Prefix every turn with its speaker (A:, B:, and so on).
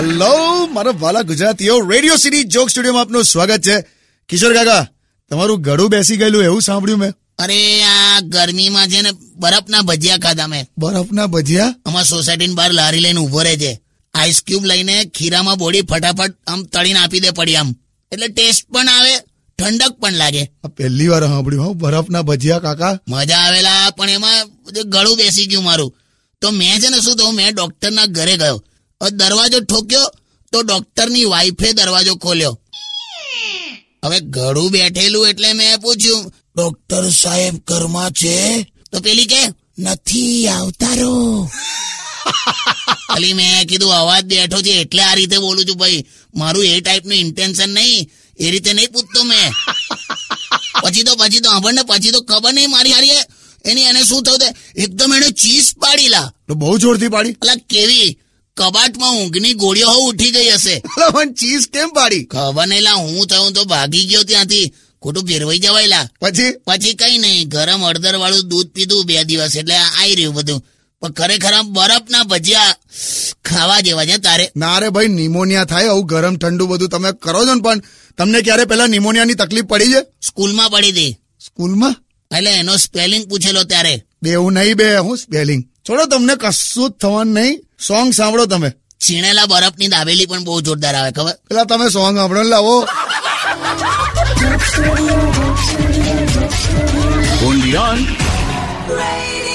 A: તો મારા વાલા ગુજરાતીઓ રેડિયો સિટી જોક સ્ટુડિયોમાં આપનું સ્વાગત છે કિશોર કાકા તમારું ગળું બેસી ગયેલું એવું સાંભળ્યું મેં
B: અરે આ ગરમીમાં છે ને બરફના ભજીયા ખાધા મેં
A: બરફના ભજીયા
B: અમાર સોસાયટીની બહાર લારી લઈને ઉભો રહે છે આઈસ ક્યુબ લઈને ખીરામાં બોડી ફટાફટ આમ તળીને આપી દે પડી આમ એટલે ટેસ્ટ પણ આવે ઠંડક પણ લાગે
A: આ પહેલી વાર સાંભળ્યું હો બરફના ભજીયા કાકા
B: મજા આવેલા પણ એમાં બધું ગળું બેસી ગયું મારું તો મેં છે ને શું થયું મેં ડોક્ટરના ઘરે ગયો હવે દરવાજો ઠોક્યો તો ડોક્ટરની વાઈફે દરવાજો ખોલ્યો હવે ગળું બેઠેલું એટલે મેં પૂછ્યું ડોક્ટર સાહેબ ઘરમાં છે તો પેલી કે નથી આવતારો ખાલી મેં કીધું અવાજ બેઠો છે એટલે આ રીતે બોલું છું ભાઈ મારું એ ટાઈપનું ઇન્ટેન્શન નહીં એ રીતે નહીં પૂછતો મેં પછી તો પછી તો આપણને પછી તો ખબર નહીં મારી હારી એની એને શું થયું તે એકદમ એને ચીસ પાડીલા
A: તો બહુ જોરથી પાડી
B: અલા કેવી કબાટમાં ઊંઘની ગોળીઓ હોવ ઉઠી ગઈ હશે
A: અલા, પણ ચીઝ કેમ પાડી
B: ખબર નહીં લા હું થયું તો ભાગી ગયો ત્યાંથી ખોટું ફેરવાઈ જવાયલા
A: પછી
B: પછી કઈ નહીં ગરમ હળદર વાળું દૂધ પીધું બે દિવસ એટલે આવી રહ્યું બધું પણ ખરેખર આમ બરફના ભજીયા ખાવા જેવા છે તારે
A: ના રે ભાઈ નિમોનિયા થાય આવું ગરમ ઠંડુ બધું તમે કરો છો ને પણ તમને ક્યારે પહેલા નિમોનિયાની તકલીફ પડી છે
B: સ્કૂલમાં પડી હતી
A: સ્કૂલમાં
B: એટલે એનો સ્પેલિંગ પૂછેલો ત્યારે
A: બે એવું નહીં બે હું સ્પેલિંગ છોડો તમને કશું જ થવાનું નહીં સોંગ સાંભળો તમે
B: છીણેલા બરફની દાબેલી પણ બહુ જોરદાર આવે ખબર
A: પેલા તમે સોંગ સાંભળો ને લાવો
C: only on
D: Radio